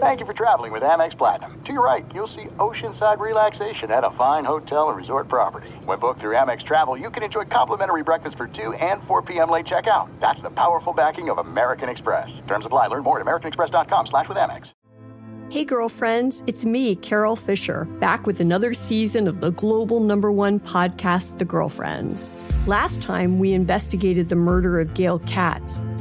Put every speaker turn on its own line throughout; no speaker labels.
Thank you for traveling with Amex Platinum. To your right, you'll see oceanside relaxation at a fine hotel and resort property. When booked through Amex Travel, you can enjoy complimentary breakfast for 2 and 4 p.m. late checkout. That's the powerful backing of American Express. Terms apply. Learn more at americanexpress.com slash with Amex.
Hey, girlfriends, it's me, Carol Fisher, back with another season of the global number one podcast, The Girlfriends. Last time, we investigated the murder of Gail Katz.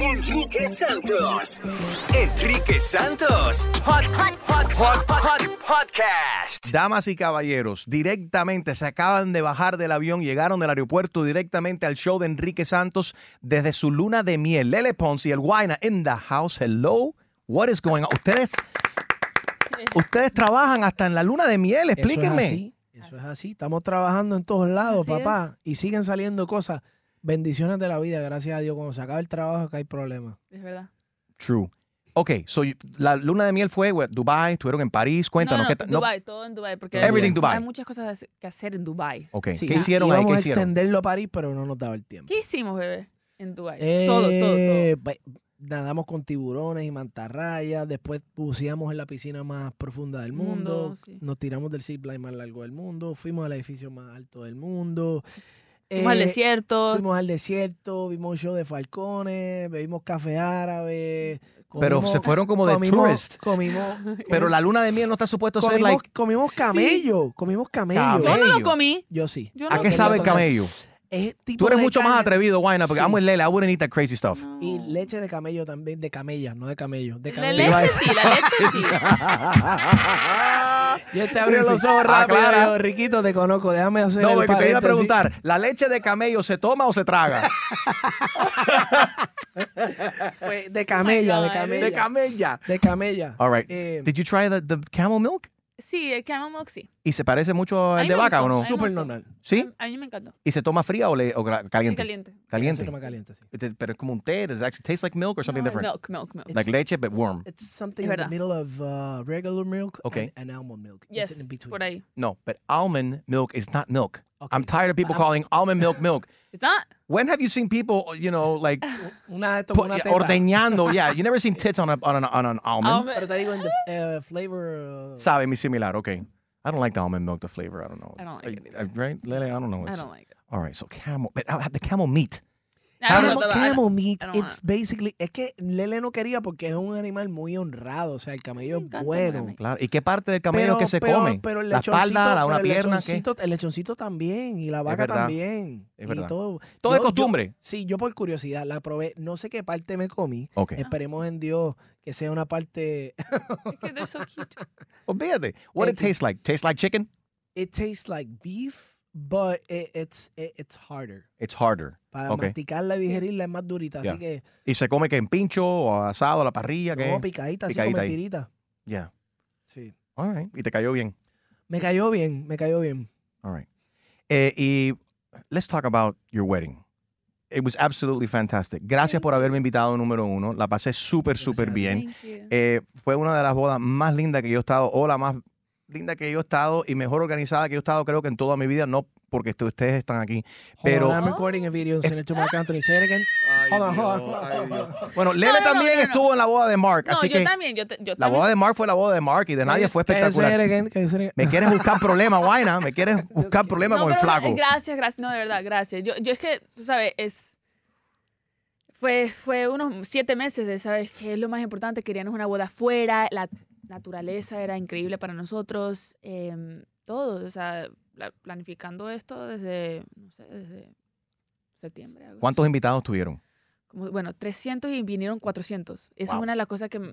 Enrique Santos. Enrique Santos. Hot, hot, hot, hot, hot, hot podcast.
Damas y caballeros, directamente se acaban de bajar del avión, llegaron del aeropuerto directamente al show de Enrique Santos desde su luna de miel. Lele Pons y el Guayna in the house. Hello, what is going on? Ustedes, ustedes trabajan hasta en la luna de miel,
Eso es
explíquenme.
así, Eso es así. Estamos trabajando en todos lados,
Así
papá. Y siguen saliendo cosas. Bendiciones de la vida, gracias a Dios. Cuando se acaba el trabajo, acá hay problemas.
Es verdad.
True. Ok, so you- la luna de miel fue well, Dubai, estuvieron en París, cuéntanos
no, no,
qué
no,
tal. No.
Dubai, todo en Dubai. Porque
Everything
hay,
Dubai.
hay muchas cosas que hacer en Dubai.
Ok,
Sí,
¿qué
y-
hicieron ahí?
íbamos
¿Qué
a
hicieron?
extenderlo a París, pero no nos daba el tiempo.
¿Qué hicimos, bebé? En Dubai. todo, todo, todo.
Eh, ba- Nadamos con tiburones y mantarrayas. Después buceamos en la piscina más profunda del mundo.
Mundo, sí.
Nos tiramos del zip line más largo del mundo. Fuimos al edificio más alto del mundo.
Fuimos al
Eh,
desierto.
Fuimos al desierto, vimos un show de falcones, bebimos café árabe.
Pero se fueron como de
comimos-
tourist.
Comimos,
Pero la luna de miel no está supuesto ser
comimos,
like.
comimos camello, comimos camello.
Yo
Camello.
no
bello.
lo comí.
Yo sí.
Yo no
¿A
lo
qué
comí.
sabe el camello?
Es tipo
Tú eres
de
mucho más
carne-
atrevido, Guayna, porque
Sí.
I'm with Lele. I wouldn't eat that crazy stuff.
Y leche de camello también, de camella, no de camello. De
La
camello.
leche sí, la leche sí.
Yo te abrí
Sí, Ah, sí.
los ojos rápido.
Aclara.
yo, Riquito, te conozco, déjame hacer
No,
el
porque te iba a
paréntesis.
preguntar, ¿la leche de camello se toma o se traga?
Pues, de camella, de
Oh God.
camella.
de camella.
De camella.
All right.
Eh,
Did you try the, the camel milk?
Sí, el camel milk sí.
¿Y se parece mucho
A
al
mí
de
me
vaca
gustó,
o
a
no?
mí me
Súper
gustó.
normal.
¿Sí?
A mí me encantó.
¿Y se toma fría o, le, o cal-
Y
caliente?
caliente.
Se
Caliente.
toma caliente, sí.
It is- Pero es como un té. Does it actually taste like milk or something
No,
different?
Milk, milk, milk.
Like leche, but warm.
It's something
Es
in the
verdad.
middle of uh, regular milk
Okay.
and, and almond milk. It's
Yes,
in between.
por ahí.
No, but almond milk is not milk.
Okay.
I'm tired of people
But I'm-
calling almond milk milk.
It's not.
When have you seen people, you know, like
Una de estas,
put,
una teta.
ordeñando? Yeah, you never seen tits on, a, on, an, on an almond.
Almond.
Pero te digo, en the uh, flavor... uh,
Sabe mi similar. Okay. I don't like the almond milk, the flavor. I don't know.
I don't like it
Uh, Right? Lele, I don't know.
I
It's-
don't like it.
All right, so camel. But I had the camel ah, meat.
I don't
Camel,
know about- I
camel
don't-
meat,
I don't
it's basically. Es que Lele no quería porque es un animal muy honrado. O sea, el camello
Me
es
encanta,
bueno.
mami.
Claro. ¿Y qué parte del camello es que se come?
pero el
la espalda,
lechoncito-
la
pero
una
el
pierna. ¿qué?
lechoncito, El lechoncito también, y la vaca
verdad,
también.
es
y
verdad.
todo.
Todo es
Yo- yo-
costumbre.
sí, yo por curiosidad la probé. No sé qué parte me comí.
Ok.
Ah.
Esperemos en Dios que sea una parte.
Es que they're so cute.
Olvídate. What it
Este-
tastes like? Tastes like chicken?
It tastes like beef, but it- it's, it- it's harder.
It's harder.
Para
Ok.
masticarla y digerirla es más durita. Así que,
¿Y se come que en pincho o asado a la parrilla? que
no, picadita, así
Picadita
como
ahí.
tirita.
Yeah.
Sí.
All right. Y te cayó bien.
Me cayó bien, me cayó bien.
All right. Eh, y let's talk about your wedding. It was absolutely fantastic. Gracias por haberme invitado, número uno. La pasé súper, súper bien.
Thank you.
Eh, fue una de las bodas más lindas que yo he estado, o la más linda que yo he estado y mejor organizada que yo he estado, creo que en toda mi vida, no porque est- ustedes están aquí,
Hold
pero...
on, I'm recording a video and send it to Marc Anthony. Say it again. Hold on, hold on.
Bueno, Lele
no, no,
también
no, no.
estuvo en la boda de Mark,
No,
así
yo
que
también. Yo, te- yo
la
también.
boda de Mark fue la boda de Mark y de nadie fue
Can you Say it
espectacular.
again. Can you say it
Me quieres buscar problemas, vaina, me quieres buscar problemas
No,
con el
pero
flaco.
Gracias, gracias. No, de verdad, gracias. Yo, yo es que, tú sabes, es. Fue, fue unos siete meses de, ¿sabes? Que es lo más importante. Queríamos una boda afuera. La naturaleza era increíble para nosotros. em, todo. O sea, la- planificando esto desde, no sé, desde septiembre. algo
¿Cuántos
así.
invitados tuvieron?
Como, bueno, 300 y vinieron 400. Eso
Wow.
es una de las cosas que m-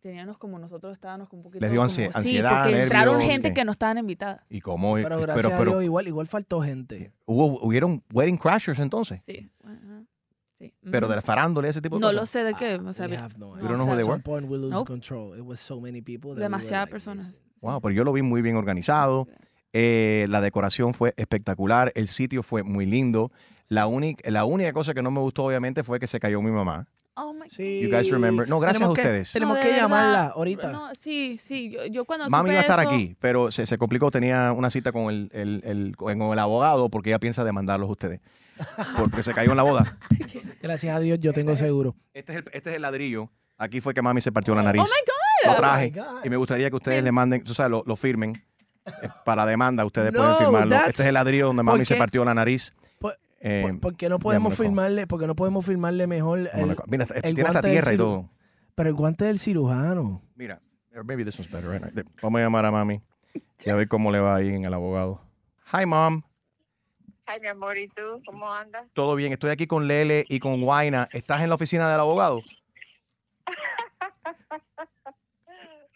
teníamos como nosotros estábamos con un poquito
Les dio
como-
ansie-
Sí,
ansiedad,
porque entraron
nervios,
gente
¿qué?
que no estaban invitadas.
¿Y cómo?
Pero gracias
pero, pero
a Dios, igual, igual faltó gente.
hubo, hubieron wedding crashers entonces,
Sí. ajá, sí.
pero
ujú.
de la farándula y ese tipo de
No
cosas.
lo sé de qué. O sea,
Ah, we
vi-
have no
no
idea.
don't know who
sé.
they
At some
were?
point we lose
Nope.
control. It was so many people. that we were
Demasiadas
like
personas.
this.
Wow, pero yo lo vi muy bien organizado. Eh, la decoración fue espectacular, el sitio fue muy lindo. La, única la única cosa que no me gustó, obviamente, fue que se cayó mi mamá.
Oh my God.
Sí.
You guys remember- no, gracias a
Tenemos que-
ustedes.
Tenemos
No, de
que
verdad.
llamarla ahorita.
No, sí, sí. Yo, yo cuando
Mami
supe
iba a estar
eso-
aquí, pero se, se complicó. Tenía una cita con el, el- el- con el abogado porque ella piensa demandarlos a ustedes. Porque se cayó en la boda.
Gracias a Dios yo tengo seguro.
Este es el, este es el ladrillo. Aquí fue que mami se partió la nariz.
Oh my God.
Lo traje.
Oh my God.
y me gustaría que ustedes le manden, tú sabes, lo, lo firmen. Eh, Para demanda, ustedes
No,
pueden firmarlo.
that's-
Este es el ladrillo donde
¿Por
mami se
qué?
partió la nariz.
Por-
Eh,
por- ¿Por qué no podemos
llámalo,
firmarle, porque no podemos firmarle mejor
Como la
el,
co- Mira,
el
tiene hasta
guante del
tierra y
ciru-
todo.
Pero el guante del cirujano.
Mira, or maybe this one's better, right? Vamos a llamar a mami y a ver cómo le va ahí en el abogado. Hi, mom.
Ay, mi amor, ¿y tú? ¿Cómo andas?
Todo bien. Estoy aquí con Lele y con Guaina. ¿Estás en la oficina del abogado?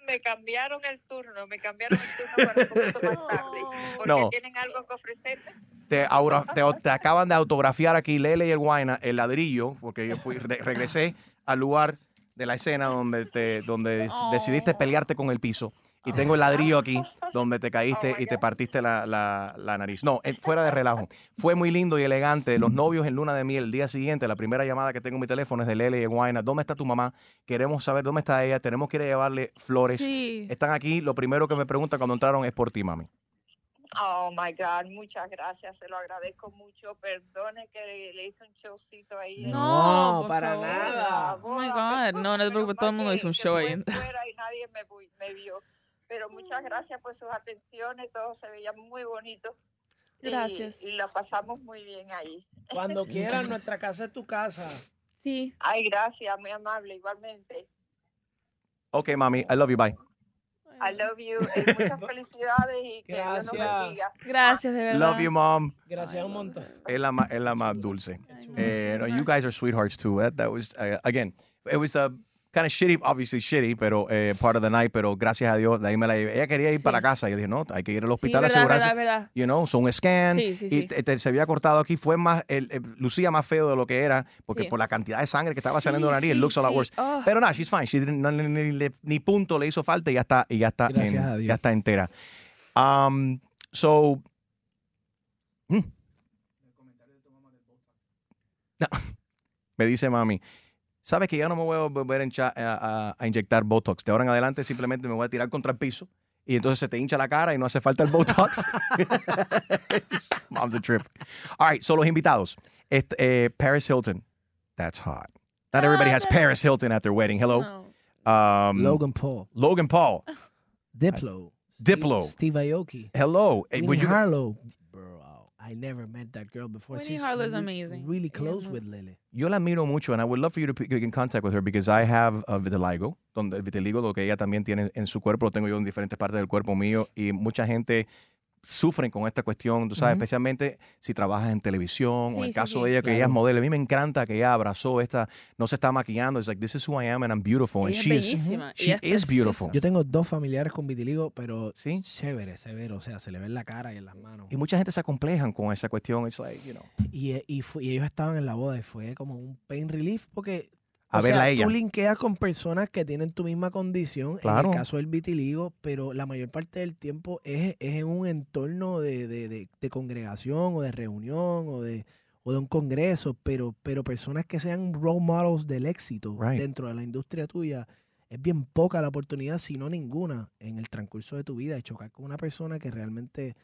Me cambiaron el turno, me cambiaron el turno para un poquito más tarde. ¿Porque
No.
tienen algo que ofrecerme?
Te, aura- te, te acaban de autografiar aquí Lele y el Guaina el ladrillo, porque yo fui, re- regresé al lugar de la escena donde, te, donde des-
Oh.
decidiste pelearte con el piso. Y tengo el ladrillo aquí donde te caíste
Oh my
y te
God.
partiste la, la- la nariz. No, eh, fuera de relajo. Fue muy lindo y elegante. Los novios en luna de miel, el día siguiente, la primera llamada que tengo en mi teléfono es de Lele y el Guaina. ¿Dónde está tu mamá? Queremos saber dónde está ella. Tenemos que ir a llevarle flores.
Sí.
Están aquí. Lo primero que me preguntan cuando entraron es por ti, mami.
Oh, my God, muchas gracias, se lo agradezco mucho. Perdone que le, le hice un showcito ahí. en
No,
No,
Oh, por
para
favor.
nada.
la
Oh my
boda,
God. No, no te
menos
preocupes, todo
mal
el mundo
que-
hizo un
que
show ahí.
estuve fuera y nadie me, vu- me vio. Pero muchas gracias por sus atenciones, todo se veía muy bonito. y-
Gracias.
y la pasamos muy bien ahí.
Cuando quieras,
gracias.
nuestra casa es tu casa.
Sí.
Ay, gracias, muy amable, igualmente.
Ok, mami. I love you. Bye.
I love you. eh, muchas felicidades y que Dios nos
Gracias.
bendiga.
Gracias, de verdad.
Love you, mom.
Gracias un montón.
Es la, ma- es la más dulce.
no.
Eh, no, you guys are sweethearts too. That, that was, uh, again, it was a kind of shitty, obviously shitty, pero eh, part of the night, pero gracias a Dios, de ahí me la llevé. Ella quería ir para casa. Yo dije, no, hay que ir al
Sí,
hospital a
verdad,
asegurarse.
verdad, verdad.
You know, son scan.
Sí, sí,
y
sí.
te- te- se había cortado aquí. Fue más, el, el- lucía más feo de lo que era, porque
Sí.
por la cantidad de sangre que estaba
Sí,
saliendo de la nariz, it
sí,
looks a lot
sí.
worse.
Ah.
Pero nada, she's fine. She didn't- no, ni, ni- ni- ni punto le hizo falta y ya está, y ya está,
Gracias
en-
a Dios.
ya está entera. Um, so, hmm. me dice mami, sabes que ya no me voy a volver a, hincha- a- a- a inyectar Botox. De ahora en adelante simplemente me voy a tirar contra el piso y entonces se te hincha la cara y no hace falta el Botox. Mom's a trip. All right, so los invitados. Este, eh, Paris Hilton. That's hot. Not everybody
Ah,
has Paris Hilton at their wedding. Hello.
No.
Um,
Logan Paul,
Logan Paul.
Diplo,
Diplo.
Steve Aoki,
Hello. Eh,
Winnie
would you-
Harlow. Bro, I I never met that girl before.
Winnie
She's
Harlow's
re-
amazing.
Really close with Lily.
Yo la admiro mucho, and I would love for you to p- get in contact with her because I have a vitiligo, donde el vitiligo, lo que ella también tiene en su cuerpo, lo tengo yo en diferentes partes del cuerpo mío, y mucha gente sufren con esta cuestión, tú sabes,
Ujú.
especialmente si trabajas en televisión, o en
Sí,
el
sí,
caso
sí.
de ella, que ella es
Claro.
modelo. A mí me encanta que ella abrazó esta, no se está maquillando, es like, this is who I am and I'm beautiful. And
Ella es
she is,
bellísima,
she
ella es
is beautiful.
Yo tengo dos familiares con vitiligo, pero chévere, severo. O sea, se le ve en la cara y en las manos.
Y mucha gente se acomplejan con esa cuestión, it's like, you know.
Y, eh, y fu- y ellos estaban en la boda y fue como un pain relief porque
A
o
verla
sea,
a ella.
tú linkeas con personas que tienen tu misma condición,
Claro.
en el caso del vitiligo, pero la mayor parte del tiempo es, es en un entorno de, de- de- de congregación o de reunión o de, o de un congreso, pero, pero personas que sean role models del éxito
Right.
dentro de la industria tuya. Es bien poca la oportunidad, si no ninguna, en el transcurso de tu vida, de chocar con una persona que realmente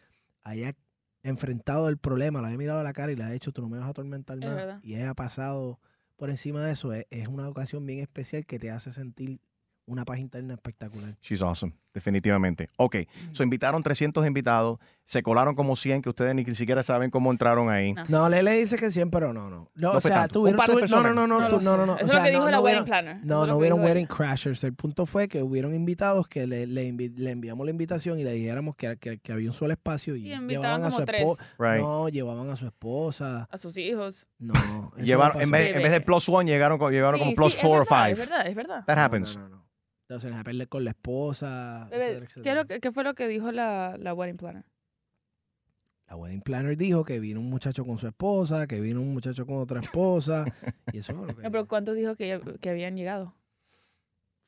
haya enfrentado el problema, la he mirado a la cara y le ha dicho, tú no me vas a atormentar
Es
más.
verdad.
Y ella ha pasado por encima de eso. Es, es una ocasión bien especial que te hace sentir una paz interna espectacular.
She's awesome, definitivamente. Ok, so invitaron 300 invitados, se colaron como 100 que ustedes ni siquiera saben cómo entraron ahí.
No, Lele dice que 100, pero no, no. No,
No
o
fue
sea,
tanto.
tuvieron-
Un par de
tuvi- no,
personas.
no, no,
No
no,
lo
tú- no,
sé.
no,
Eso
no. O
es
sea,
lo que
no-
dijo
no
la
hubieron-
wedding planner. Eso
No,
es lo
no
que
hubieron
dijo ella.
wedding crashers. El punto fue que hubieron invitados que le, le invi- le enviamos la invitación y le dijéramos que, que- que había un solo espacio y,
Y invitaban
llevaban a su
como tres.
esposa.
Right.
No, llevaban a su esposa.
A sus hijos.
No. eso
Llevaron,
no
en,
pasó.
vez, en vez de plus one, llegaron con, llegaron
Sí,
con plus
sí, es
four or
verdad,
five.
Es verdad, es verdad.
That happens.
Entonces, a pelear con la esposa.
Bebé,
etcétera,
¿qué,
etcétera.
es lo que- qué fue lo que dijo la, la wedding planner?
La wedding planner dijo que vino un muchacho con su esposa, que vino un muchacho con otra esposa. y eso fue lo que.
No, pero ¿cuántos dijo que, que habían llegado?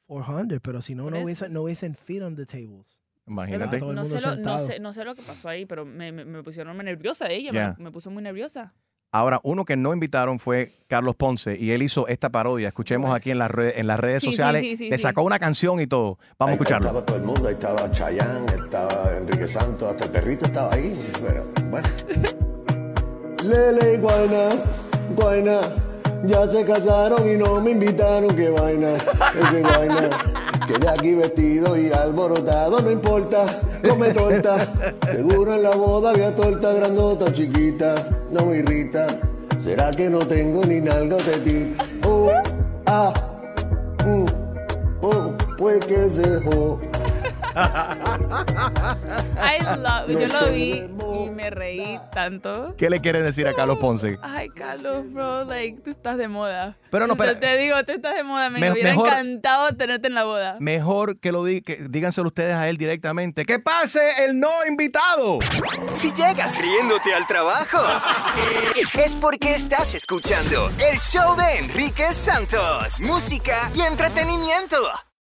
400, pero si no,
Por
no
eso.
hubiesen, no hubiesen feet on the tables.
Imagínate.
Todo el
No
mundo
sé, lo, no,
sentado.
sé, no sé lo que pasó ahí, pero me, me, me pusieron muy nerviosa ella. me-
Yeah.
Me, puso muy nerviosa.
Ahora, uno que no invitaron fue Carlos Ponce y él hizo esta parodia. Escuchemos aquí en, las red- en las redes
Sí, sí,
sociales.
sí, sí,
Le
sí.
sacó una canción y todo. Vamos a escucharlo.
Estaba todo el mundo, ahí estaba Chayán, estaba Enrique Santos, hasta el perrito estaba ahí. Pero, bueno.
Lele y Guayna, Guayna, ya se casaron y no me invitaron, qué vaina, qué vaina. Quedé aquí vestido y alborotado, no importa, come torta. Seguro en la boda había torta grandota, chiquita, no me irrita. ¿Será que no tengo ni nalga o tetita? Oh, ah, mm, oh, pues que se jo.
I love, yo lo vi y me reí tanto.
¿Qué le quieren decir a Carlos Ponce?
Ay, Carlos, bro, like, tú estás de moda.
Pero no,
Te-
espera.
Te digo, tú estás de moda. Me,
Me-
hubiera
mejor-
encantado tenerte en la boda.
Mejor que lo di- que díganselo ustedes a él directamente. ¡Que pase el no invitado!
Si llegas riéndote al trabajo, es porque estás escuchando el show de Enrique Santos. Música y entretenimiento.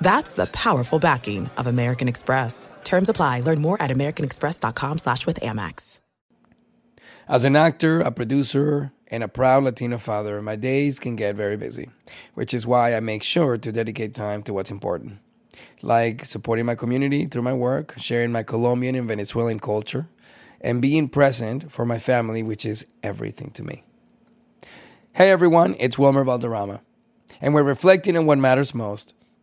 That's the powerful backing of American Express. Terms apply. Learn more at americanexpress.com slash with Amex.
As an actor, a producer, and a proud Latino father, my days can get very busy, which is why I make sure to dedicate time to what's important, like supporting my community through my work, sharing my Colombian and Venezuelan culture, and being present for my family, which is everything to me. Hey everyone, it's Wilmer Valderrama. And when reflecting on what matters most,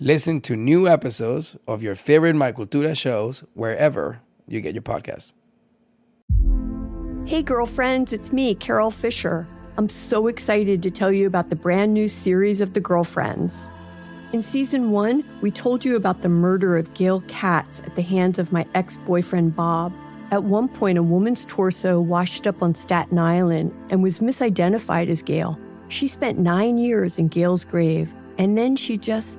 Listen to new episodes of your favorite My Cultura shows wherever you get your podcasts.
Hey, girlfriends, it's me, Carol Fisher. I'm so excited to tell you about the brand new series of The Girlfriends. In season one, we told you about the murder of Gail Katz at the hands of my ex boyfriend Bob. At one point, a woman's torso washed up on Staten Island and was misidentified as Gail. She spent nine years in Gail's grave, and then she just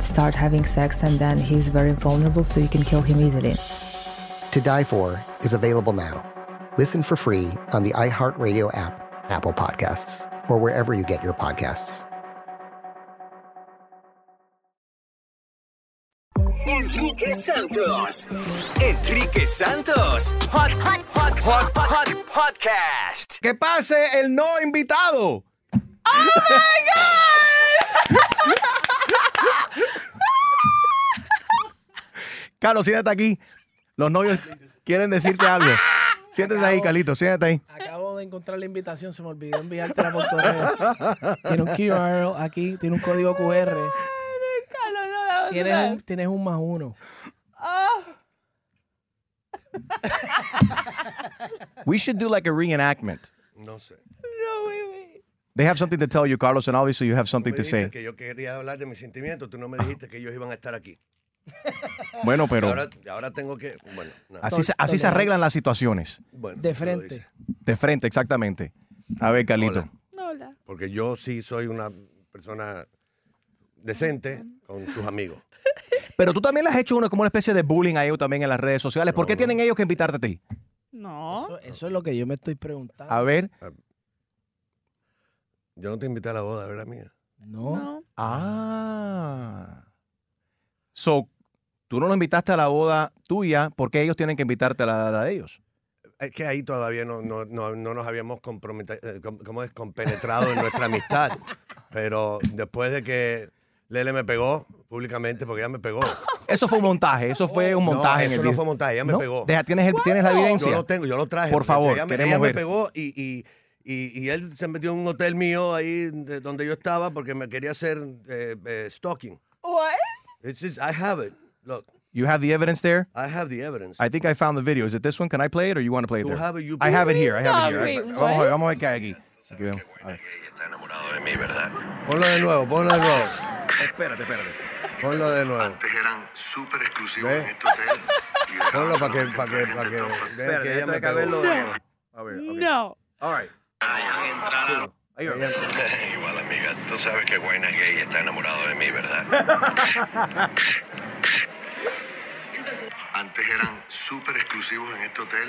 start having sex, and then he's very vulnerable, so you can kill him easily.
To Die For is available now. Listen for free on the iHeartRadio app, Apple Podcasts, or wherever you get your podcasts.
Enrique Santos. Enrique Santos. Hot, hot, hot, hot, hot, hot podcast.
¡Que pase el no
¡Oh
invitado!
my God!
Carlos, siéntate aquí. Los novios quieren decirte algo. Siéntate ahí, Calito, siéntate ahí.
Acabo de encontrar la invitación, se me olvidó enviártela por correo. Tiene un QR aquí, tiene un código QR.
Carlos, no, la
Tienes un, tienes un más uno.
Oh.
We should do like a reenactment.
No sé.
No, baby.
They have something to tell you, Carlos, and obviously you have something
Me
to
dijiste
say.
que yo quería hablar de mis sentimientos, tú no me dijiste que ellos iban a estar aquí.
Bueno, pero
Ahora, ahora tengo que. Bueno, nada.
así, se- así se arreglan las situaciones.
Bueno,
De frente.
De frente, exactamente. A ver, Carlito.
Hola.
porque yo sí soy una persona decente con sus amigos.
Pero tú también le has hecho una, como una especie de bullying a ellos también en las redes sociales. ¿Por qué tienen ellos que invitarte a ti?
No.
Eso, eso es lo que yo me estoy preguntando.
A ver.
Ah, Yo no te invité a la boda, ¿verdad, mía?
No.
Ah. So, tú no los invitaste a la boda tuya, ¿por qué ellos tienen que invitarte a la, la de ellos?
Es que ahí todavía no, no, no, no nos habíamos comprometido, como es, compenetrado en nuestra amistad. Pero después de que Lele me pegó públicamente, porque ella me pegó.
Eso fue un montaje, eso fue un
No,
montaje. en
eso
el
no
video.
fue montaje, ella me
¿No?
pegó.
Deja, ¿tienes, el- tienes la evidencia?
Yo lo tengo, yo lo traje.
Por
muchacho.
favor,
ella, me-
queremos
ella me
ver.
pegó y, y, y, y él se metió en un hotel mío ahí de donde yo estaba porque me quería hacer eh, eh, stalking.
What?
It's just- I have it. Look.
You have the evidence there?
I have the evidence.
I think I found the video. Is it this one? Can I play it or you want to play it
Tú
there?
have it, you
I have
play it.
it here. I have it
Stop,
here.
wait,
I-
what?
vamos a ver, vamos a ver qué hay aquí. Aquí vemos. A ver.
Ponlo de nuevo, ponlo de nuevo.
Espérate, espérate.
Ponlo de nuevo.
Antes eran súper exclusivos
¿Ve?
en este hotel. Y ahora
Ponlo para que,
son
para que, para que vean que ella me pegó.
No.
All right.
Igual, amiga, tú sabes que Guayna es gay y está enamorado de mí, ¿verdad? Antes eran súper exclusivos en este hotel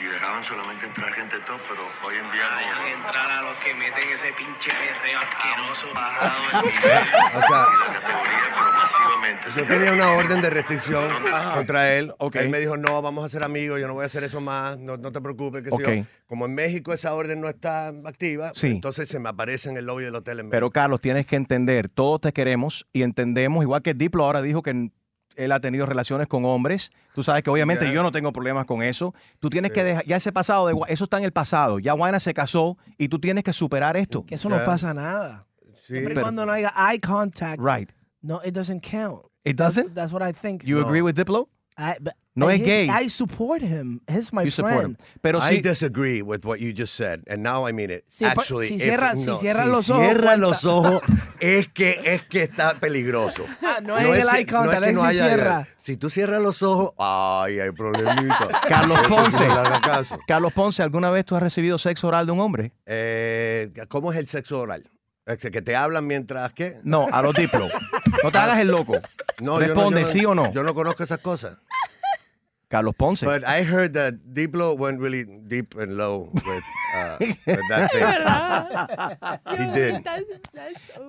y dejaban solamente entrar gente top, pero hoy en día... Vayan a entrar a los que meten ese pinche perreo asqueroso. bajado el nivel
O sea,
y la categoría, pero masivamente.
Yo tenía una orden de restricción contra él. Él me dijo, no, vamos a ser amigos, yo no voy a hacer eso más, no, no te preocupes. qué sé yo".
Ok.
Como en México esa orden no está activa,
Sí.
entonces se me aparece en el lobby del hotel en México.
Pero Carlos, tienes que entender, todos te queremos y entendemos, igual que Diplo ahora dijo que n- él ha tenido relaciones con hombres, tú sabes que obviamente
Ya.
yo no tengo problemas con eso, tú tienes que dejar, ya ese pasado, de, Gua- eso está en el pasado, ya Guayna se casó y tú tienes que superar esto.
Que eso no pasa nada. Siempre y
Pero-
cuando no haya eye contact,
Right.
no, it doesn't count.
It
That's-
doesn't?
That's, what I think.
You agree with Diplo?
I, but-
No
and
es
he's-
gay.
I support him. He's my
You
friend.
support him.
Pero
I
sí-
disagree with what you just said, and now I mean it.
Si pa-
Actually,
si
if-
cierra- si
no,
cierra
si
los ojos,
cierra
cuenta.
los ojos, es que es que está peligroso.
Ah, no es el eye contact, es si cierra.
Si tú cierras los ojos, ay, hay problemita.
Carlos
Eso sí
Ponce.
no le hagas caso.
Carlos Ponce, ¿alguna vez tú has recibido sexo oral de un hombre?
Eh, ¿Cómo es el sexo oral? Es que que te hablan mientras que. Ah,
No, a los Diplo. No te hagas el loco.
No, yo
Responde,
yo
sí o no.
Yo no conozco esas cosas.
Carlos Ponce.
But I heard that Diplo went really deep and low with, uh, with that thing. He did.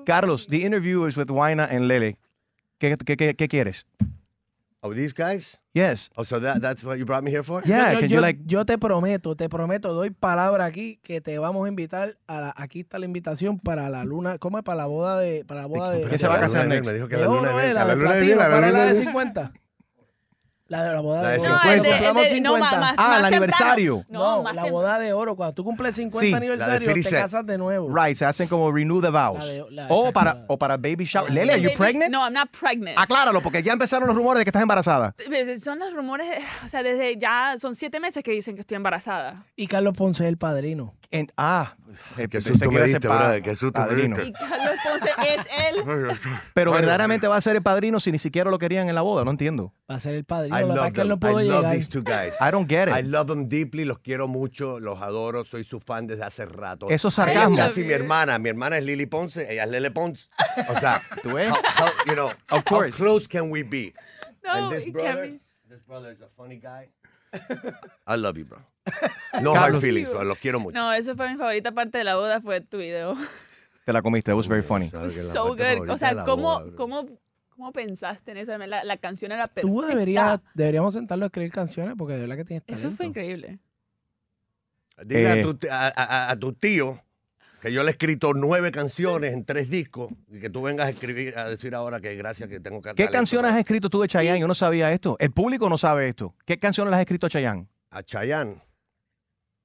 Carlos, the interview is with Guayna and Lele. ¿Qué, qué, qué, qué quieres?
Oh, these guys?
Yes.
Oh, so that, that's what you brought me here for?
yo, yo- yo te prometo, te prometo, doy palabra aquí que te vamos a invitar a la, aquí está la invitación para la luna, ¿cómo es? Para la boda de, para la boda de.
¿Quién se va a casar next?
Me dijo que
de
la
oro,
luna de
¿eh?
miel,
la,
la
de
luna de miel,
platino,
la
¿cuál es
luna
la de
de miel.
50? La de la boda
La
de,
de
oro.
50. No, el de-
Compramos
el de- no, más- más-
Ah, más la temprano. aniversario.
No, la boda de oro. Cuando tú cumples 50
Sí, la de
aniversario, te
37.
casas de nuevo.
Right, se hacen como renew the vows. o, para, o para baby shower. Lele, are
Oh.
you
Baby,
pregnant?
No, I'm not pregnant.
Acláralo, porque ya empezaron los rumores de que estás embarazada.
Pero Son los rumores, o sea, desde ya son siete meses que dicen que estoy embarazada.
Y Carlos Ponce es el padrino.
En- ah,
Qué
eh, pensé
susto
que
me
iba a ser
diste,
pa-
brother, qué susto me
padrino.
diste.
Carlos Ponce es él.
Pero verdaderamente va a ser el padrino si ni siquiera lo querían en la boda, no entiendo.
Va a ser el padrino.
I
Lo que pasa
love
es que él
them.
no
I
pudo
love
llegar.
these two guys.
I don't get it.
I love them deeply, los quiero mucho, los adoro, soy su fan desde hace rato.
Eso es
Ella es
sarcasmo.
Casi mi hermana, mi hermana es Lily Ponce, ella es Lele Ponce. O sea,
¿Tú ves?
How, how- you know,
Of course.
how close can we be?
No,
And this
it can't
brother,
be.
this brother is a funny guy. I love you, bro. No hard
Carlos.
feelings, bro, los quiero mucho.
No, eso fue mi favorita parte de la boda, fue tu video.
Te la comiste, it was very funny.
so good. O sea, ¿cómo, cómo, ¿cómo pensaste en eso? Además, La, la canción era perfecta.
Tú deberías, deberíamos sentarlo a escribir canciones porque de verdad que tienes
Eso
talento.
fue increíble.
Dile
Eh.
a, tu, t- a- a- a tu tío que yo le he escrito nueve canciones en tres discos y que tú vengas a escribir a decir ahora que gracias que tengo que
¿Qué canciones has escrito tú de Chayanne? Yo no sabía esto. El público no sabe esto. ¿Qué canciones las has escrito a Chayanne?
a Chayanne.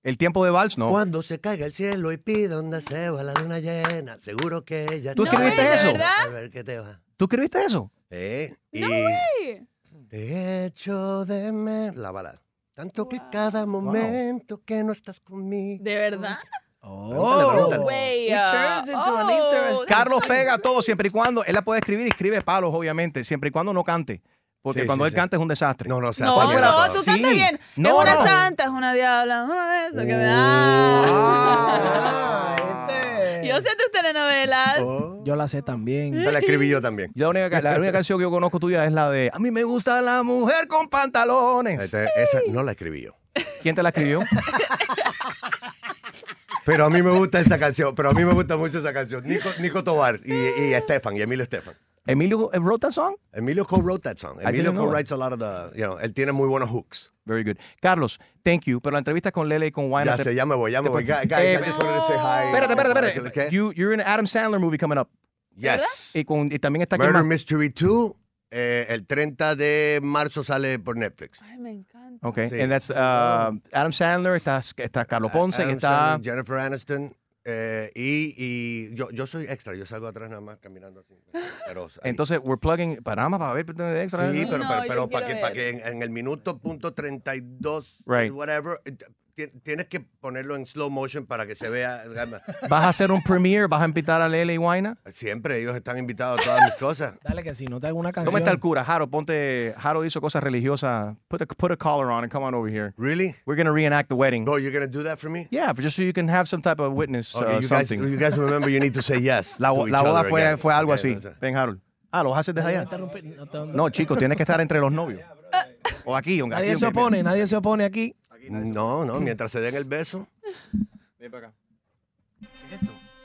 El tiempo de vals, no.
Cuando se caiga el cielo y pida un deseo a la luna llena, seguro que ella
¿Tú escribiste
¿de
eso?
verdad? A ver qué te va.
¿Tú escribiste eso?
Eh, y
way.
te echo de menos la balada. Tanto que cada momento que no estás conmigo.
¿De verdad?
Pregúntale, pregúntale.
Way,
It
uh,
turns into an
oh,
interest-
Carlos pega todo siempre y cuando él la puede escribir, escribe palos, obviamente, siempre y cuando no cante. Porque
Sí,
cuando
sí,
él
sí.
canta es un desastre.
No, no, o sea,
No,
sí,
fuera-
no, tú
Sí.
cantas bien.
No,
es una
no. Oh.
santa, es una diabla, una de esas que me da. Yo sé tus telenovelas.
Yo la sé también.
Se Oh. la escribí yo también.
Yo La única, la única canción que yo conozco tuya es la de A mí me gusta la mujer con pantalones.
Esta- esa no la escribí yo.
¿Quién te la escribió?
Pero a mí me gusta esa canción, pero a mí me gusta mucho esa canción. Nico, Nico Tobar y, y Estefan, y Emilio Estefan.
Emilio eh, wrote that song?
Emilio co-wrote that song.
I
Emilio
didn't know
co-writes a lot of the, you know, él tiene muy buenos hooks.
Very good. Carlos, thank you. Pero la entrevista con Lele y con Wayne.
Ya sé, ya me voy, ya me voy. Guys, I just wanted to say hi.
Espérate, espérate, espérate. You, you're in an Adam Sandler movie coming up.
Yes.
Y, con- y también está aquí
Murder
más-
Mystery 2, eh, el 30 de marzo sale por Netflix.
Ay, me encanta.
Okay,
Sí.
and that's uh, Adam Sandler, está, está Carlos Ponce, y
Adam
está
Sandler, Jennifer Aniston, Eh, y y yo, yo soy extra, yo salgo atrás nada más caminando así. Pero,
Entonces, we're plugging Panama para ver de extra.
Sí, pero, pero, pero para, que, para que en, en el minuto punto 32,
Right.
whatever, eh, ti- tienes que ponerlo en slow motion para que se vea. gama.
¿Vas a hacer un premiere? ¿Vas a invitar a Lele y Guaina?
Siempre ellos están invitados a todas mis cosas.
Dale que si no te hago una canción.
¿Cómo está el cura? este Jaro, ponte. Jaro hizo cosas religiosas. Put a, put a collar on and come on over here.
Really?
We're going to reenact the wedding.
Bro, you're going to do that for me?
Yeah, but just so you can have some type of witness
Okay,
uh,
you guys-
something.
you guys remember you need to say yes
La,
to
la
each
boda
other
fue,
again.
fue algo
Okay,
así.
entonces.
Ven, Harold. Ah, lo haces desde allá. No, chicos, tienes que estar entre los novios. O aquí, o
Nadie
aquí,
se
ok,
opone, nadie se opone aquí.
No, no, mientras se den el beso.
Ven para acá.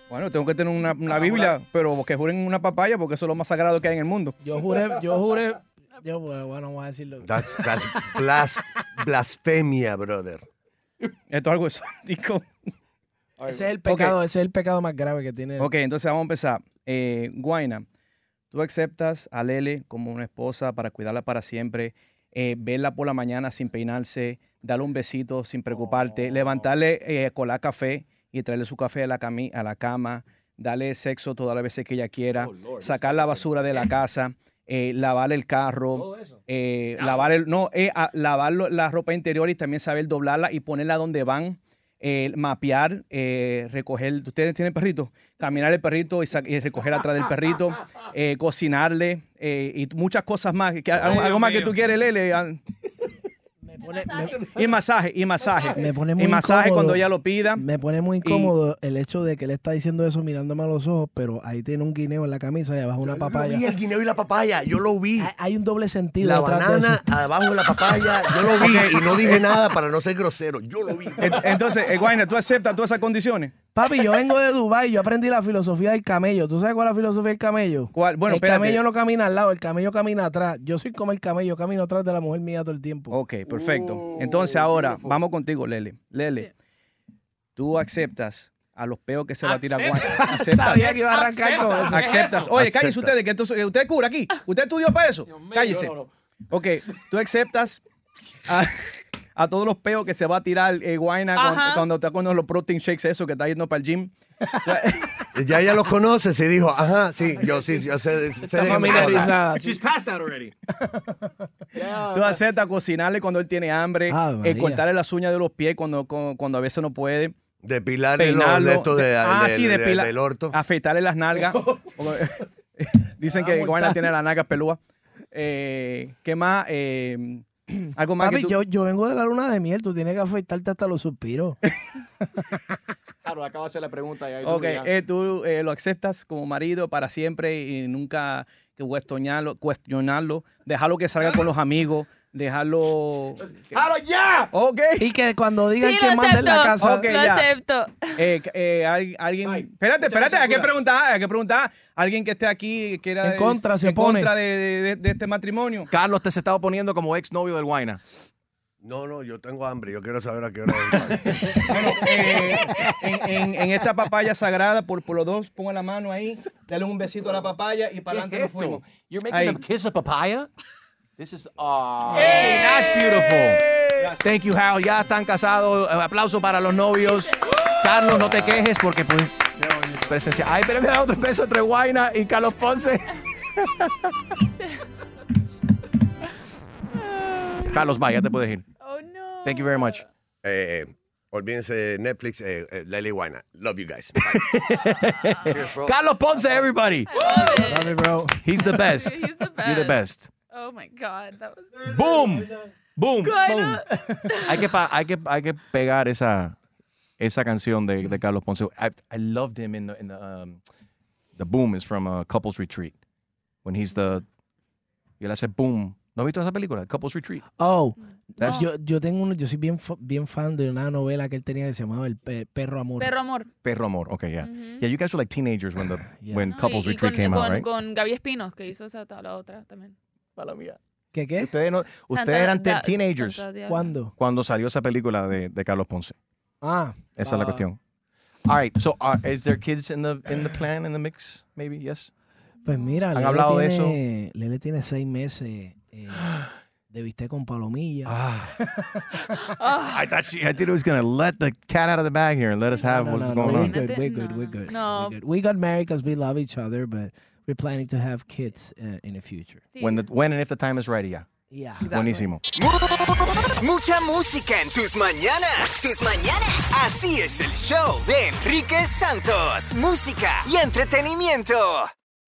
Bueno, tengo que tener una, una Biblia, pero que juren una papaya porque eso es lo más sagrado que hay en el mundo.
Yo juré, yo juré. Yo, bueno, bueno, voy a decirlo.
That's, that's blas- blasfemia, brother.
Esto es algo exótico.
Ese es el pecado, ese es el pecado más grave que tiene.
Ok, entonces vamos a empezar. Eh, Guaina, tú aceptas a Lele como una esposa para cuidarla para siempre, eh, verla por la mañana sin peinarse, darle un besito sin preocuparte,
Oh.
levantarle, eh, colar café y traerle su café a la, cami- a la cama, darle sexo todas las veces que ella quiera,
Oh,
sacar la basura de la casa, eh, lavar el carro, eh, lavar el, no, eh, a- lavar lo- la ropa interior y también saber doblarla y ponerla donde van. eh, mapear, eh, recoger, ustedes tienen perrito, caminar el perrito y, sa- y recoger atrás del perrito, eh, cocinarle eh, y muchas cosas más. que- algo,
Dios
algo más que
mío.
tú quieres, Lele. ah, Y masaje, y masaje.
Me pone muy
y masaje
incómodo.
cuando ella lo pida.
Me pone muy incómodo el hecho de que él está diciendo eso mirándome a los ojos, pero ahí tiene un guineo en la camisa y abajo una papaya.
vi, el guineo y la papaya, yo lo vi.
Hay, hay un doble sentido.
La
detrás de
banana
eso.
abajo de la papaya, yo lo vi
Ok.
y no dije nada para no ser grosero. Yo lo vi.
En- Entonces, eh, Guayna, ¿tú aceptas todas esas condiciones?
Papi, yo vengo de Dubai, yo aprendí la filosofía del camello. ¿Tú sabes cuál es la filosofía del camello?
¿Cuál? Bueno,
el
espérate.
camello no camina al lado, el camello camina atrás. Yo soy como el camello, camino atrás de la mujer mía todo el tiempo.
Ok, perfecto. Entonces, ahora vamos contigo, Lele. Lele, tú aceptas a los peos que se va a tirar Guayna. Aceptas.
Sabía que iba a arrancar con eso.
Aceptas. Oye,
Aceptas.
cállense ustedes, que esto- que usted cura aquí. Usted estudió para eso. Cállese. Ok, tú aceptas a, a todos los peos que se va a tirar eh, Guayna
Ajá.
cuando, cuando está con los protein shakes, eso que está yendo para el gym.
Ya ella los conoce, se dijo, ajá, sí, yo sí, yo sé, sé de qué me habla.
She's passed out already.
Tú aceptas cocinarle cuando él tiene hambre,
Ah,
eh,
María.
cortarle las uñas de los pies cuando, cu- cuando a veces no puede.
Depilarle los- de esto de-
ah,
del-
sí,
del-
depila-
del orto.
Afeitarle las nalgas. Dicen que
Oh. Ah,
Guayna
multar.
tiene las nalgas pelúas. Eh, ¿Qué más? Eh, algo más
Papi,
que tú-
yo, yo vengo de la luna de miel, tú tienes que afeitarte hasta los suspiros.
Claro, acabo de hacer la pregunta. y ahí tú
Ok,
ya.
eh, tú eh, lo aceptas como marido para siempre y nunca que cuestionarlo, cuestionarlo, dejarlo que salga con los amigos, dejarlo...
¡Jaro, ya!
Ok.
Y que cuando
Sí, lo acepto.
Ok,
lo
ya.
acepto.
Eh, eh, al- alguien, espérate, espérate, hay que preguntar, hay que preguntar, alguien que esté aquí que era
En contra, se
en
opone.
contra de, de- de- de este matrimonio.
Carlos te se está oponiendo como ex novio del Guayna.
No, no, yo tengo hambre, yo quiero saber a qué hora es.
Eh, en, en- en esta papaya sagrada, por, por los dos, pongan la mano ahí, dale un besito a la papaya y para adelante nos fuimos.
You're making
Ahí.
them kiss a papaya? This is ah. aw.
Eh.
That's beautiful. Thank you, Hal. Ya están casados. Eh, Aplauso para los novios. Carlos, no te quejes porque pues presencia. Ay, pero mira otro beso entre Guayna y Carlos Ponce. Carlos, vaya, ya te puedes ir.
Oh, no.
Thank you very much.
Eh, eh, olvídense de Netflix, eh, eh, Lele Guayna. Love you guys.
Carlos Ponce, everybody.
Love it, bro.
He's the best.
He's the best.
You're the best.
Oh my God, that was
Boom. Boom. Boom.
Guayna.
Hay que, pa- hay que, hay que pegar esa, esa canción de, de Carlos Ponce. I, I loved him in the, in the, um, the Boom is from a Couples Retreat. When he's the. Y él hace Boom. ¿No has visto esa película? Couples Retreat.
Oh,
That's-
yo, yo tengo uno, yo soy bien, fa- bien fan de una novela que él tenía que se llamaba El Pe- Perro Amor.
Perro amor.
Perro Amor. Okay, yeah. Yeah, you guys were like teenagers when the when
No,
Couples
y- y
Retreat
con,
came
con,
out, right?
con Gaby Espinos, que hizo esa la otra también.
Mala mía.
¿Qué qué?
Ustedes, no, ustedes
Santa-
eran te-
da-
teenagers.
Santa Diabla.
¿Cuándo?
Cuando salió esa película de, de Carlos Ponce.
Ah.
Esa es la
ah.
cuestión. All right, so are, is there kids in the in the plan in the mix? Maybe yes.
Pues mira,
¿Han
Lele
hablado de
tiene- Lele tiene seis meses. eh, de viste con palomilla.
Ah.
Ah.
I thought she, I thought it was gonna let the cat out of the bag here and let us have
No,
what's
no, no,
going
we're
on.
good. We're good. We're good.
No.
We're good. We got married because we love each other, but we're planning to have kids uh, in the future.
When the when and if the time is ready, yeah.
Yeah.
Buenísimo.
Mucha música en tus mañanas. Tus mañanas. Así es el show de Enrique Santos. Música y entretenimiento.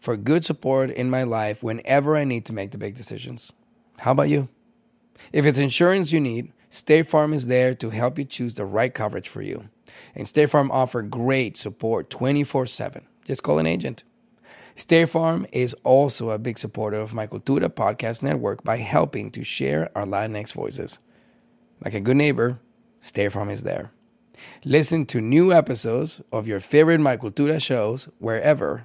for good support in my life whenever I need to make the big decisions. How about you? If it's insurance you need, State Farm is there to help you choose the right coverage for you. And State Farm offers great support 24 7. Just call an agent. State Farm is also a big supporter of my Cultura Podcast Network by helping to share our Latinx voices. Like a good neighbor, State Farm is there. Listen to new episodes of your favorite My Cultura shows wherever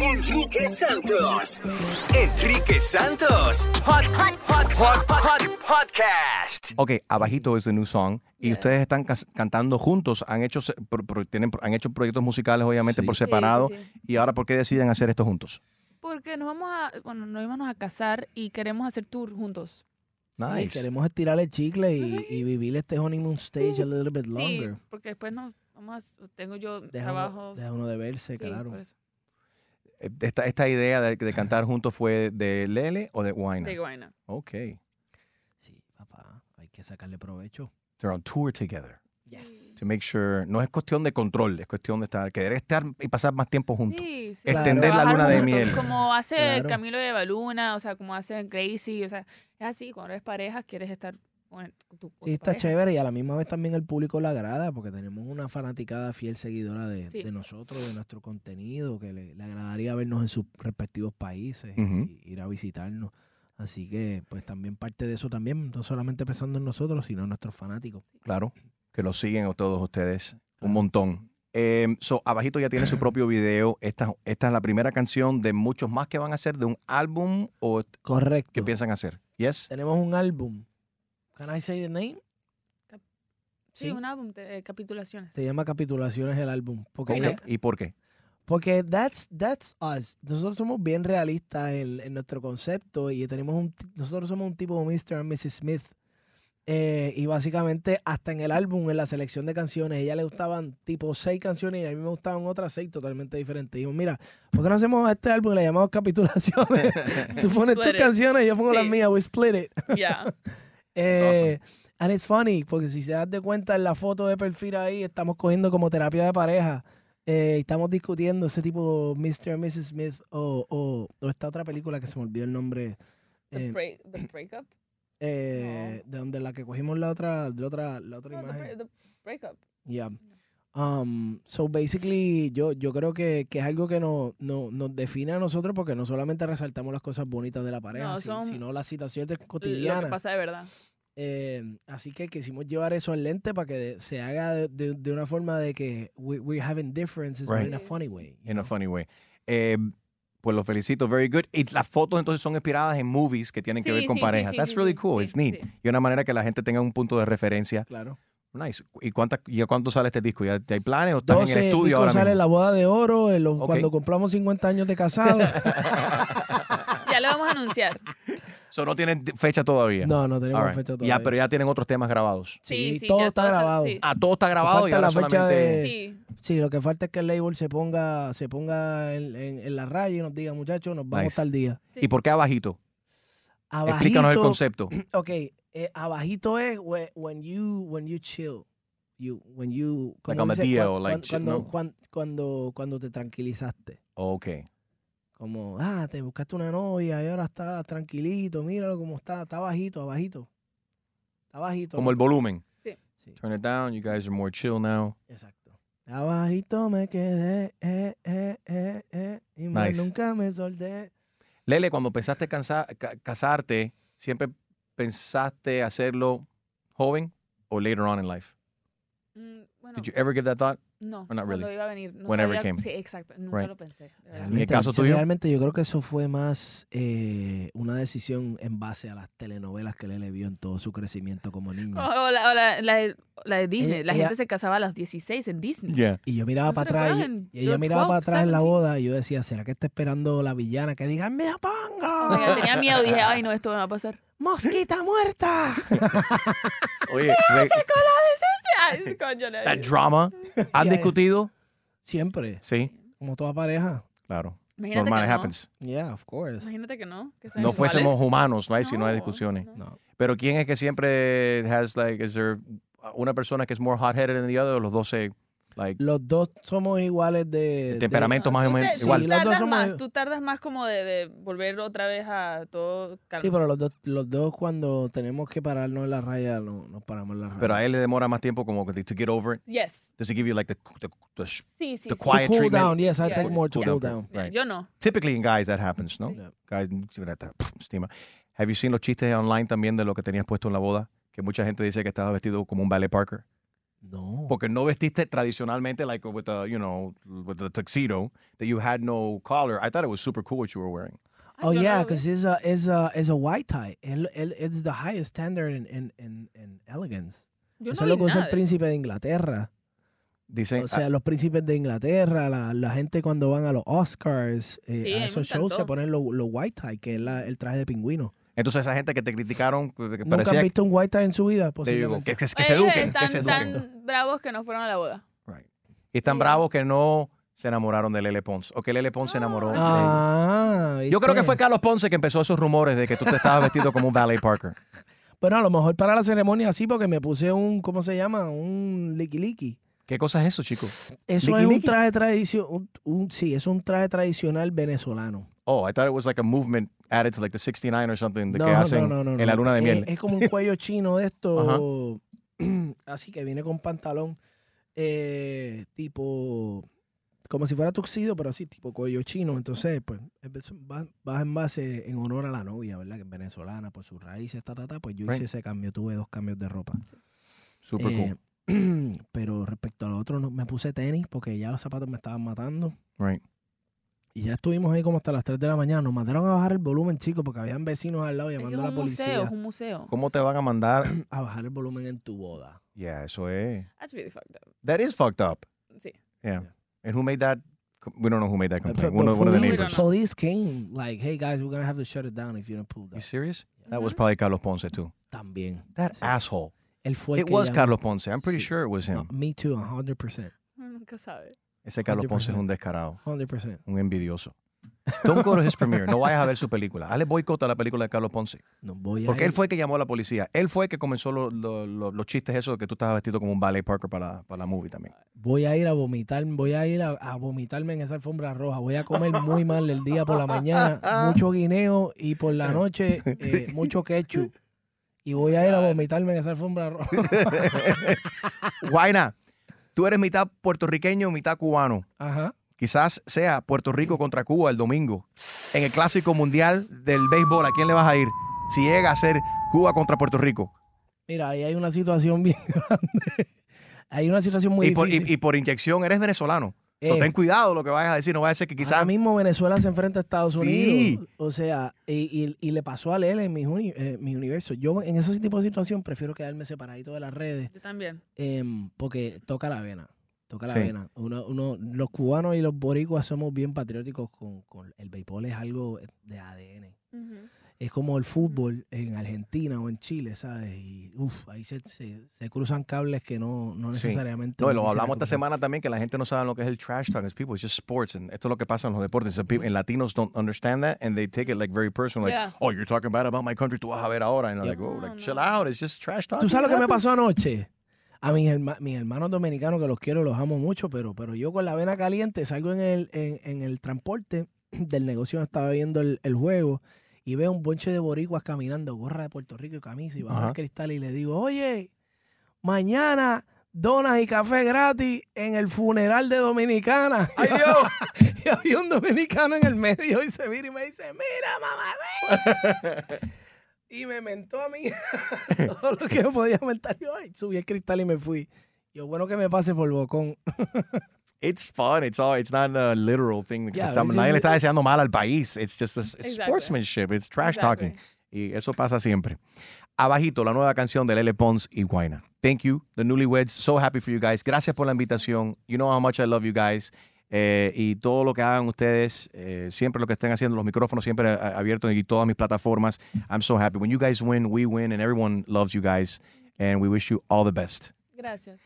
Enrique Santos. Enrique Santos. Hot, hot, hot, hot, hot, hot podcast.
Ok, Abajito es the new song. Y ustedes están cas- cantando juntos. Han hecho, se- pro- pro- tienen, han hecho proyectos musicales, obviamente, por
Sí, sí,
separado.
sí.
¿Y ahora por qué deciden hacer esto juntos?
Porque nos vamos a, bueno, nos íbamos a casar y queremos hacer tour juntos.
Sí,
Nice.
queremos estirar el chicle y, y vivir este honeymoon stage a little bit longer.
Sí, porque después nos vamos a, tengo yo
Deja uno-
trabajo.
deja uno de verse, claro.
Eh, Esta, esta idea de, de cantar juntos fue de Lele o de Guayna?
De Guayna.
Ok.
Hay que sacarle provecho.
They're on tour together.
Yes.
To make sure. No es cuestión de control, es cuestión de estar, querer estar y pasar más tiempo juntos.
Sí, sí.
Extender la
Trabajar
luna de
juntos,
miel.
Como hace
Claro.
Camilo de Baluna, o sea, como hace Gracie, o sea, es así, cuando eres pareja quieres estar con, el- con tu con
Sí,
tu
está
pareja.
chévere y a la misma vez también el público la agrada porque tenemos una fanaticada fiel seguidora de,
Sí.
de nosotros, de nuestro contenido, que le, le agradaría vernos en sus respectivos países,
Ujú.
y ir a visitarnos. Así que, pues también parte de eso también, no solamente pensando en nosotros, sino en nuestros fanáticos.
Claro, que lo siguen a todos ustedes un montón. Eh, so, abajito ya tiene su propio video. Esta, esta es la primera canción de muchos más que van a hacer de un álbum o
correcto
que piensan hacer. Yes.
Tenemos un álbum. Can I say the name?
Sí, un álbum de eh, capitulaciones.
Se llama Capitulaciones el álbum. Porque
Ok, ¿Y por qué?
Porque that's, that's us. Nosotros somos bien realistas en, en nuestro concepto y tenemos un, ti- nosotros somos un tipo de Mr. and Mrs. Smith. Eh, y básicamente hasta en el álbum, en la selección de canciones, a ella le gustaban tipo seis canciones y a mí me gustaban otras seis totalmente diferentes. Dijimos, mira, ¿por qué no hacemos este álbum y le llamamos Capitulaciones? Tú pones
Split
tus
it.
canciones, yo pongo las
Sí.
mías, we split it.
Yeah.
Eh, And it's funny, porque si se das de cuenta en la foto de perfil ahí, estamos cogiendo como terapia de pareja. Eh, estamos discutiendo ese tipo Mr. and Mrs. Smith o, o- o esta otra película que se me olvidó el nombre.
The,
eh,
break- the breakup.
eh, De donde la que cogimos la otra, la otra, la otra
No, the,
imagen.
bre- the breakup.
Yeah. Um, so basically, yo, yo creo que, que es algo que no, no- nos define a nosotros porque no solamente resaltamos las cosas bonitas de la pareja,
No,
si-
son
sino las situaciones
Lo que
cotidianas.
pasa de verdad.
Eh, así que quisimos llevar eso al lente para que de- se haga de, de- de una forma de que we, we're having differences but
Right.
in a funny way.
In a funny way. Eh, pues lo felicito, very good. Y las fotos entonces son inspiradas en movies que tienen que
Sí,
ver con
sí, sí,
parejas.
sí,
That's
sí,
really
sí,
cool,
sí,
it's neat.
sí.
Y una manera que la gente tenga un punto de referencia.
Claro.
Nice. ¿Y, cuántas y a cuánto sale este disco? ¿Ya, ya hay planes o estás en el estudio
discos
ahora
sale
mismo?
la boda de oro, en los-
Ok.
cuando compramos 50 años de casado. Ah.
Ya lo vamos a anunciar.
So, no tienen fecha todavía.
No, no tenemos
All
fecha
Ya, pero ya tienen otros temas grabados.
Sí, sí,
todo
ya
está
todo
grabado.
sí.
Ah, todo está grabado y
Falta
ahora
la fecha
solamente.
de- Sí, lo que falta es que el label se ponga, se ponga en, en- en la raya y nos diga, muchachos, nos vamos
Nice.
tal día.
¿Y por qué abajito?
Abajito-
Explícanos el concepto.
Ok, eh, abajito es whe- when you, when you chill. You, when you,
Like
¿cómo
on the
dice?
DL,
Cuan-
like
cuan-
chill,
cuando,
no.
cuan- cuando, cuando te tranquilizaste.
Ok.
Como, ah, te buscaste una novia y ahora está tranquilito, míralo cómo está, está bajito, abajito. Está bajito.
Como el volumen.
Sí.
Turn it down, you guys are more chill now.
Abajito me quedé, eh, eh, eh, eh, y más
Nice.
nunca me solté.
Lele, cuando pensaste cansa- ca- casarte, ¿siempre pensaste hacerlo joven o later on in life?
Mm, bueno,
Did you ever give that thought?
no,
Or not really?
cuando iba a venir. No
Whenever it
sabía-
came.
Sí, exacto. Nunca
Right.
lo pensé. de verdad.
¿En el caso
Realmente,
tuyo?
Realmente yo creo que eso fue más eh, una decisión en base a las telenovelas que Lele vio en todo su crecimiento como niña.
O, o la, o la- la de- la de Disney.
Eh, Ella-
la
ella-
gente se casaba a los 16 en Disney.
Y yo miraba para
Nosotros
atrás y-
estábamos en
y, ella
los
miraba
12,
para atrás en la boda y yo decía, ¿será que está esperando la villana que diga, me apango?
Oiga, tenía miedo, dije, ay, no, esto me va a pasar.
¡Mosquita muerta!
Oye,
¿Qué
re-
hace con la decencia? Ay, coño, no.
that drama, ¿han
Yeah.
discutido?
Siempre.
Sí,
Como toda pareja.
claro.
Imagínate
Normal,
que
it
no.
happens.
Yeah, of course.
Imagínate que no. Que sean
No fuésemos
iguales.
humanos, right? Si no hay discusiones. Pero ¿quién es que siempre has like, is there una persona que es more hot-headed than the other o los dos se Like,
Los dos somos iguales de...
El temperamento
de-
más o menos
Sí,
igual.
Tú
los dos
tardas
somos...
más, tú tardas más como de, de volver otra vez a todo calma.
Sí, pero los dos, los dos cuando tenemos que pararnos en la raya, no, nos paramos en la raya.
pero a él le demora más tiempo como que to get over it.
Yes.
Does he give you like the, the, the, sh-
Sí, sí,
the
sí.
quiet
To cool
treatment?
down, yes, I take more to cool
Cool down.
down.
Right.
Yo no.
Typically in guys that happens, ¿no? Guys, give that, pff, steamer. Have you seen los chistes online también de lo que tenías puesto en la boda? Que mucha gente dice que estabas vestido como un ballet parker.
No.
Porque no vestiste tradicionalmente, like with a, you know, with a tuxedo, that you had no collar. I thought it was super cool what you were wearing.
Ah,
Oh yeah, because it's a it's a it's a white tie. El- el- it's the highest standard in in in, in elegance.
Yo
Eso
no
es
vi
lo que usa
nada
el
de
príncipe de Inglaterra.
Dicen, ah,
O sea, los príncipes de Inglaterra, la, la gente cuando van a los Oscars, eh,
Sí, a mí
a
me
esos shows se
encantó.
ponen los los white tie, que es la- el traje de pingüino.
Entonces esa gente que te criticaron, que que
¿Nunca
parecía
han visto un white tie en su vida?
Te digo,
Posiblemente.
que, que- que se
Ellos
eduquen, que se
están
eduquen.
tan bravos que no fueron a la boda.
Y están bravos que no se enamoraron de Lele Pons o que Lele Pons se enamoró de ellos.
Ah,
Yo creo que
¿viste?
fue Carlos Ponce que empezó esos rumores de que tú te estabas vestido como un ballet parker.
Bueno, a lo mejor para la ceremonia sí, porque me puse un, ¿cómo se llama? Un liki liki.
¿Qué cosa es eso, chico?
Eso
Liki
es un
liki.
traje tradicional, un, un- sí, es un traje tradicional venezolano.
Oh, I thought it was like a movement added to like the 69 or something de
No,
que
no,
hacen
no, no,
en la
no. Eh,
luna de
Es-
miel.
Es, como un cuello chino de esto, así que viene con pantalón eh, tipo, como si fuera tuxido, pero así, tipo cuello chino. Entonces, pues, es- va, va en base, en honor a la novia, ¿verdad? Que es venezolana, por sus raíces, ta, ta, ta. Pues yo
Right.
hice ese cambio, tuve dos cambios de ropa.
Super
Eh, Pero respecto a lo otro, no, me puse tenis porque ya los zapatos me estaban matando.
cool. Right.
Y ya estuvimos ahí como hasta las 3 de la mañana. Nos mandaron a bajar el volumen, chicos, porque habían vecinos al lado llamando a la
un museo,
policía.
es un museo.
¿Cómo te van a mandar?
A bajar el volumen en tu boda.
Yeah, eso es.
That's really fucked up.
That is fucked up.
Sí.
Yeah. And who made that? We don't know who made that
But
complaint. One of, one of the
police,
neighbors.
police came, like, hey guys, we're gonna have to shut it down if you don't pull that.
You serious? That was probably Carlos Ponce too.
También.
That asshole.
Él fue el
it
que
was
llamó.
Carlos Ponce. I'm pretty sure it was him.
Me too, 100%.
Uno nunca sabe.
Ese Carlos Ponce es un descarado.
100%.
Un envidioso. Don't go to his premiere. No vayas a ver su película. Hazle boicota a la película de Carlos Ponce.
No voy a
Porque
ir.
él fue el que llamó a la policía. Él fue el que comenzó lo- lo- lo- los chistes esos de que tú estabas vestido como un ballet parker para, la- para la movie también.
Voy a ir a vomitar, voy a ir a, a vomitarme en esa alfombra roja. Voy a comer muy mal el día por la mañana, mucho guineo y por la noche eh, mucho ketchup. Y voy a ir a vomitarme en esa alfombra roja.
Guayna, tú eres mitad puertorriqueño, mitad cubano.
Ajá.
Quizás sea Puerto Rico contra Cuba el domingo. En el clásico mundial del béisbol, ¿a quién le vas a ir? Si llega a ser Cuba contra Puerto Rico.
Mira, ahí hay una situación bien grande. Hay una situación muy
y, por, y-
difícil.
y por inyección eres venezolano. So,
Eh.
ten cuidado lo que vayas a decir. No vaya a ser que quizás.
Ahora mismo Venezuela se enfrenta a Estados
Sí.
Unidos. O sea, y, y- y le pasó a Lele en mi, uni- eh, mi universo. Yo en ese tipo de situación prefiero quedarme separadito de las redes
Yo también.
em, porque toca la vena. Toca la
Sí.
vena. Uno, uno- los cubanos y los boricuas somos bien patrióticos con, con el béisbol, es algo de ADN. Es como el fútbol en Argentina o en Chile, ¿sabes? Y uf, ahí se, se- se cruzan cables que no, no
Sí.
necesariamente.
No, y
uno
lo
quisiera
hablamos esta
cruzar.
semana también, que la gente no sabe lo que es el trash talk. It's people, it's just sports. And esto es lo que pasa en los deportes. And people- and Latinos don't understand that and they take it like very personal. Like,
Yeah.
oh, you're talking bad about my country. Tú vas a ver ahora. And I'm like, oh, like, chill out. It's just trash talk.
¿Tú sabes lo que me
Happens.
pasó anoche? A mis, herma- mis hermanos dominicanos que los quiero, los amo mucho, pero, pero yo con la vena caliente salgo en el, en, en el transporte del negocio donde estaba viendo el, el juego y veo un bonche de boricuas caminando, gorra de Puerto Rico y camisa y bajo
Ajá.
el cristal y le digo, oye, mañana donas y café gratis en el funeral de Dominicana. ¡Ay Dios! y había un dominicano en el medio y se vira y me dice, mira mamá, y me mentó a mí todo lo que yo podía mentar. Yo ay, subí el cristal y me fui. Yo, bueno que me pase por bocón.
It's fun. It's all. It's not a literal thing.
Yeah,
Estamos-
it's
nadie le
just-
está deseando mal al país. It's just a s-
Exacto.
sportsmanship. It's trash
Exacto.
talking. Y eso pasa siempre. Abajito, la nueva canción de Lele Pons y Guayna. Thank you, the newlyweds. So happy for you guys. Gracias por la invitación. You know how much I love you guys. Eh, y todo lo que hagan ustedes, eh, siempre lo que estén haciendo, los micrófonos siempre a- a- abiertos y todas mis plataformas. I'm so happy. When you guys win, we win, and everyone loves you guys. And we wish you all the best.
Gracias.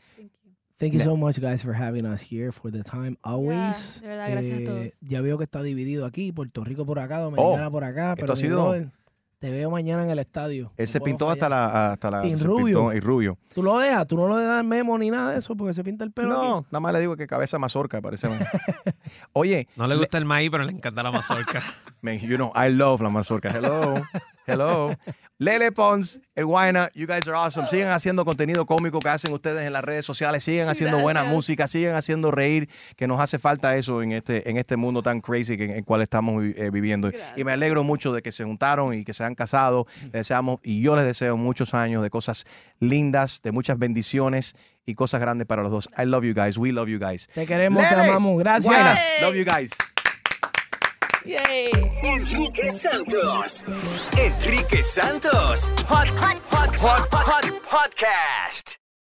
Thank you so much, guys, for having us here, for the time always. eh,
Yeah, de verdad, gracias a todos.
Ya veo que está dividido aquí, Puerto Rico por acá, Dominicana por acá.
Oh, esto
pero
ha
mi
sido
brother, Te veo mañana en el estadio.
Él Eh, se pintó hasta la, hasta la.
Y
se
rubio.
pintó y rubio.
Tú lo dejas, tú no lo dejas memo ni nada de eso porque se pinta el pelo.
No,
aquí.
nada más le digo que cabeza mazorca, parece. Oye.
No le gusta el maíz, pero le encanta la mazorca.
Man, you know, I love la mazorca. Hello. Hello. Lele Pons, El Guayna, you guys are awesome. Sigan haciendo contenido cómico que hacen ustedes en las redes sociales, sigan haciendo buena
Gracias.
música, sigan haciendo reír, que nos hace falta eso en este, en este mundo tan crazy que- en el cual estamos vi- eh, viviendo. Y me alegro mucho de que se juntaron y que se han casado.
Mm.
Les deseamos, y yo les deseo muchos años de cosas lindas, de muchas bendiciones y cosas grandes para los dos. I love you guys. We love you guys.
Te queremos, te amamos. Gracias.
Guayna, love you guys.
Enrique Santos. Enrique Santos. Hot, hot, hot, hot, hot, hot podcast.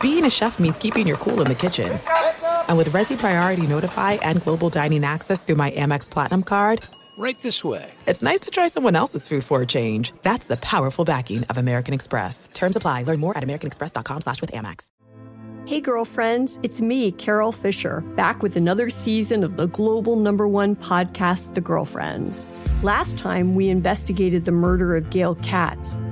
Being a chef means keeping your cool in the kitchen. And with Resi Priority Notify and Global Dining Access through my Amex Platinum card,
Right this way.
it's nice to try someone else's food for a change. That's the powerful backing of American Express. Terms apply. Learn more at americanexpress.com slash with Amex.
Hey, girlfriends, it's me, Carol Fisher, back with another season of the global number one podcast, The Girlfriends. Last time, we investigated the murder of Gail Katz.